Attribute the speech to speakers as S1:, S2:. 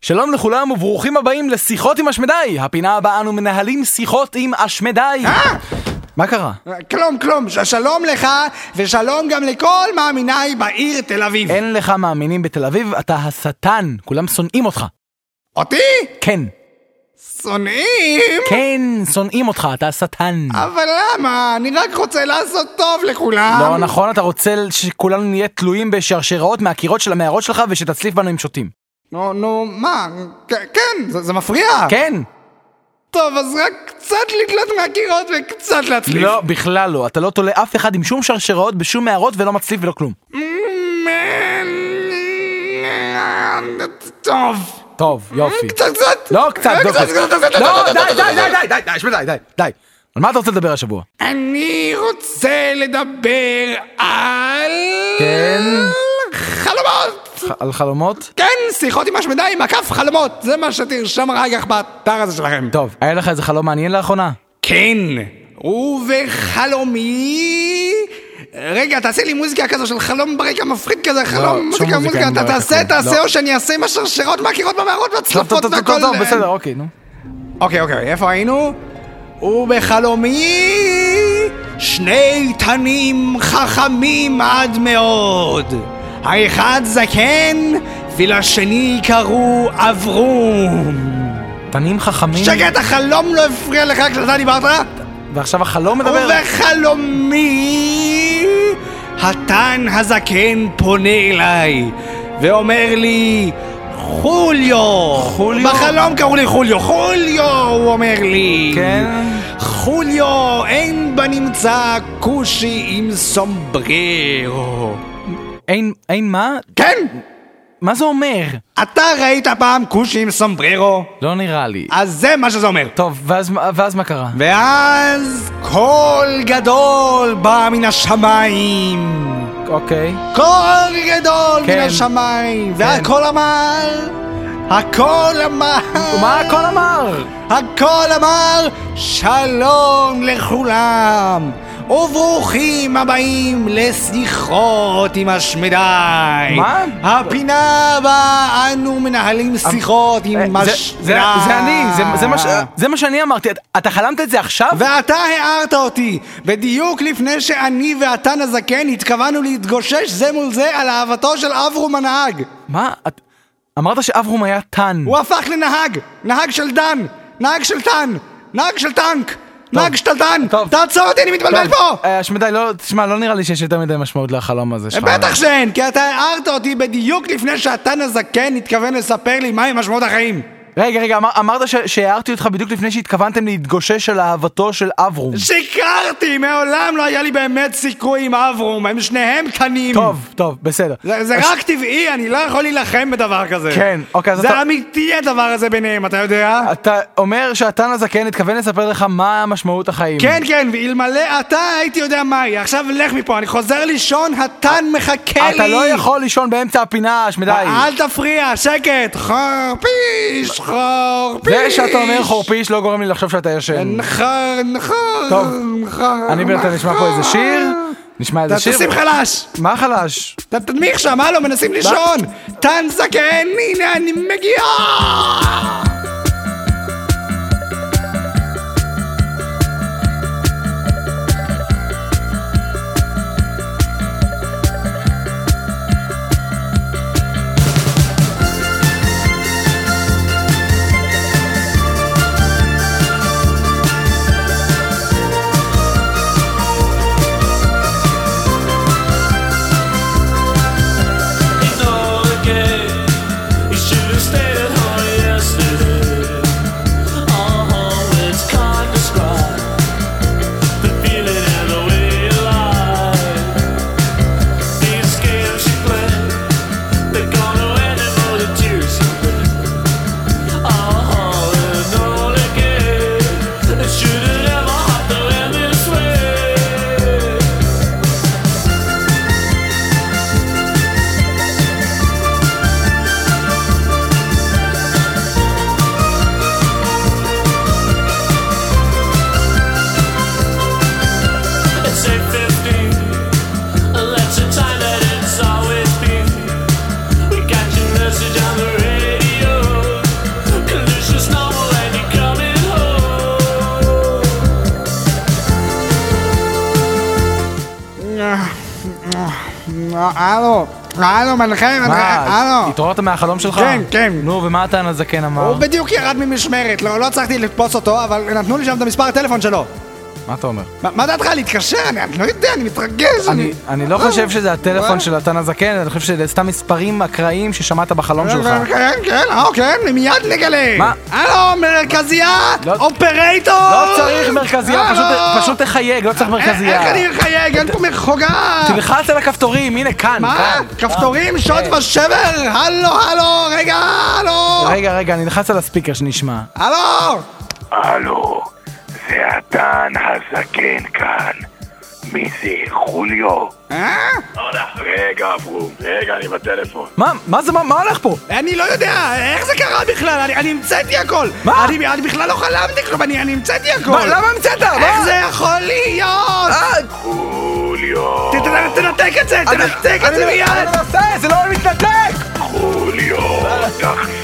S1: שלום לכולם וברוכים הבאים לשיחות עם השמדי! הפינה הבאה אנו מנהלים שיחות עם השמדי! מה קרה?
S2: כלום, כלום. ש- שלום לך, ושלום גם לכל מאמיניי בעיר תל אביב.
S1: אין לך מאמינים בתל אביב, אתה השטן, כולם שונאים אותך.
S2: אותי?
S1: כן,
S2: שונאים?
S1: כן, שונאים אותך, אתה השטן.
S2: אבל למה? אני רק רוצה לעשות טוב לכולם.
S1: לא נכון, אתה רוצה שכולנו נהיה תלויים בשרשראות מהקירות של המערות שלך ושתצליף בנו עם שוטים.
S2: נו, נו, מה? כ- כן, זה זה מפריע.
S1: כן!
S2: טוב, אז רק קצת לתלות מהקירות וקצת להצליף.
S1: לא, בכלל לא, אתה לא תולה אף אחד עם שום שרשראות בשום מערות ולא מצליף ולא כלום.
S2: טוב.
S1: טוב, יופי.
S2: קצת קצת.
S1: לא, קצת, לא קצת. לא, די, די, די, די, די, די, שמדי, די, די. על מה אתה רוצה לדבר השבוע?
S2: אני רוצה לדבר על...
S1: כן?
S2: חלומות!
S1: על חלומות?
S2: כן, שיחות עם השמדה עם הכף חלומות, זה מה שתרשם אחר כך באתר הזה שלכם.
S1: טוב, היה לך איזה חלום מעניין לאחרונה?
S2: כן, ובחלומי... רגע, תעשה לי מוזיקה כזו של חלום ברקע מפחיד כזה, חלום,
S1: לא, שום
S2: מוזיקה,
S1: מוזיקה
S2: מוזיקה,
S1: אין
S2: אתה
S1: ברקע,
S2: תעשה,
S1: כן,
S2: תעשה,
S1: לא.
S2: או שאני אעשה עם השרשרות מהקירות במערות
S1: טוב,
S2: והצלפות
S1: טוב, טוב,
S2: והכל.
S1: טוב, טוב, בסדר, אוקיי, נו.
S2: אוקיי, אוקיי, איפה היינו? ובחלומי שני תנים חכמים עד מאוד. האחד זקן, ולשני קראו אברום.
S1: תנים חכמים?
S2: שקט, החלום לא הפריע לך כשאתה דיברת?
S1: ועכשיו החלום מדבר?
S2: ובחלומי התן הזקן פונה אליי ואומר לי חוליו.
S1: חוליו?
S2: בחלום קראו לי חוליו. חוליו, הוא אומר לי.
S1: כן?
S2: חוליו, אין בנמצא כושי עם סומבררו.
S1: אין, אין מה?
S2: כן,
S1: מה זה אומר?
S2: אתה ראית פעם כושי עם סומבררו?
S1: לא נראה לי.
S2: אז זה מה שזה אומר.
S1: טוב, ואז מה- ואז מה קרה?
S2: ואז קול גדול בא מן השמיים.
S1: אוקיי.
S2: קול גדול
S1: כן.
S2: מן
S1: כן.
S2: השמיים, והקול אמר, הקול אמר,
S1: ומה הכל אמר?
S2: הקול אמר, שלום לכולם, וברוכים הבאים לשיחות עם השמדי.
S1: מה?
S2: הפינה בה אנו מנהלים שיחות עם
S1: אה, זה-
S2: השמדי.
S1: זה זה אני, זה- זה מה ש- זה מה שאני אמרתי. אתה- אתה חלמת את זה עכשיו?
S2: ואתה הערת אותי, בדיוק לפני שאני והתן הזקן התכוונו להתגושש זה מול זה על אהבתו של אברום הנהג.
S1: מה? את- אמרת שאברום היה טן.
S2: הוא הפך לנהג, נהג של דן, נהג של טן, נהג של טנק, נהג של דן.
S1: טוב.
S2: תעצור אותי, אני מתבלבל
S1: טוב,
S2: פה!
S1: אה, שמדי, לא, תשמע, לא נראה לי שיש יותר מדי משמעות לחלום הזה שלך.
S2: בטח שאין, כי אתה הערת אותי בדיוק לפני שהתן הזקן התכוון לספר לי מהי משמעות החיים.
S1: רגע, רגע, אמר- אמרת ש- שהערתי אותך בדיוק לפני שהתכוונתם להתגושש על אהבתו של אברום.
S2: שיקרתי, מעולם לא היה לי באמת סיכוי עם אברום, הם שניהם קנים.
S1: טוב, טוב, בסדר.
S2: זה, זה רק טבעי, אני לא יכול להילחם בדבר כזה.
S1: כן, אוקיי, אז
S2: זה
S1: אתה-
S2: אמיתי הדבר הזה ביניהם, אתה יודע?
S1: אתה אומר שהתן הזקן התכוון לספר לך מה משמעות החיים.
S2: כן, כן, ואלמלא אתה הייתי יודע מה היא. עכשיו לך מפה, אני חוזר לישון, התן מחכה לי.
S1: אתה לא יכול לישון באמצע הפינה, שמדי.
S2: אל תפריע, שקט. חרפיש, חרפיש.
S1: זה שאתה אומר חורפיש לא גורם לי לחשוב שאתה
S2: נכון.
S1: ישן.
S2: נחר, נחר,
S1: טוב,
S2: נחר.
S1: אני בינתיים נשמע פה איזה שיר, נשמע איזה
S2: אתה
S1: שיר.
S2: תשים חלש.
S1: מה חלש?
S2: אתה תנמיך שם, הלו, מנסים לישון. תן זקן, הנה אני מגיע.
S3: Ignore the gate. You should have stayed at home, yes,
S2: הלו, מנחם, מנחם,
S1: מה,
S2: הלו.
S1: התעוררת מהחלום שלך?
S2: אה, כן, כן. אוקיי.
S1: נו, ומה הטען הזקן אמר?
S2: הוא בדיוק ירד ממשמרת, לא, לא הצלחתי לתפוס אותו, אבל נתנו לי שם את המספר הטלפון שלו.
S1: מה אתה אומר?
S2: מה- מה דעתך להתקשר? אני אני לא יודע, אני אה, מתרגש.
S1: אני- אני לא חושב שזה הטלפון של הטען הזקן, אני חושב שזה סתם מספרים אקראיים ששמעת בחלום שלך.
S2: כן, כן, אה, כן, מיד נגלה.
S1: מה?
S2: הלו, מרכזייה,
S1: לא-
S2: אופרטור!
S1: לא צריך מרכזייה, פשוט-
S2: הלו!
S1: פשוט תחייג, לא צריך
S2: אה, איך
S1: מרכזייה.
S2: אני אחייג? אין פה מחוגה!
S1: תלחץ על הכפתורים, הנה כאן,
S2: מה?
S1: כאן.
S2: כפתורים, שוד
S1: כן.
S2: ושבר? הלו, הלו, רגע, הלו!
S1: רגע, רגע, אני נלחץ על הספיקר שנשמע.
S2: הלו!
S3: הלו, זה הטן הזקן כאן. מי זה? חוליו?
S2: אה?
S3: רגע, אברום, רגע, אני בטלפון.
S1: מה, מה זה, מה- מה הולך פה?
S2: אני לא יודע, איך זה קרה בכלל? אני- אני המצאתי הכל!
S1: מה?
S2: אני אני בכלל לא חלמתי כלום, אני אני המצאתי הכל!
S1: מה, למה המצאת?
S2: איך
S1: מה? אה,
S2: זה יכול להיות?
S3: חוליו,
S2: ת- ת- תנתק את זה, תנתק את זה
S1: אני
S2: מיד!
S1: מנסה, זה לא מתנתק!
S3: חוליו, תחזור.
S1: אה,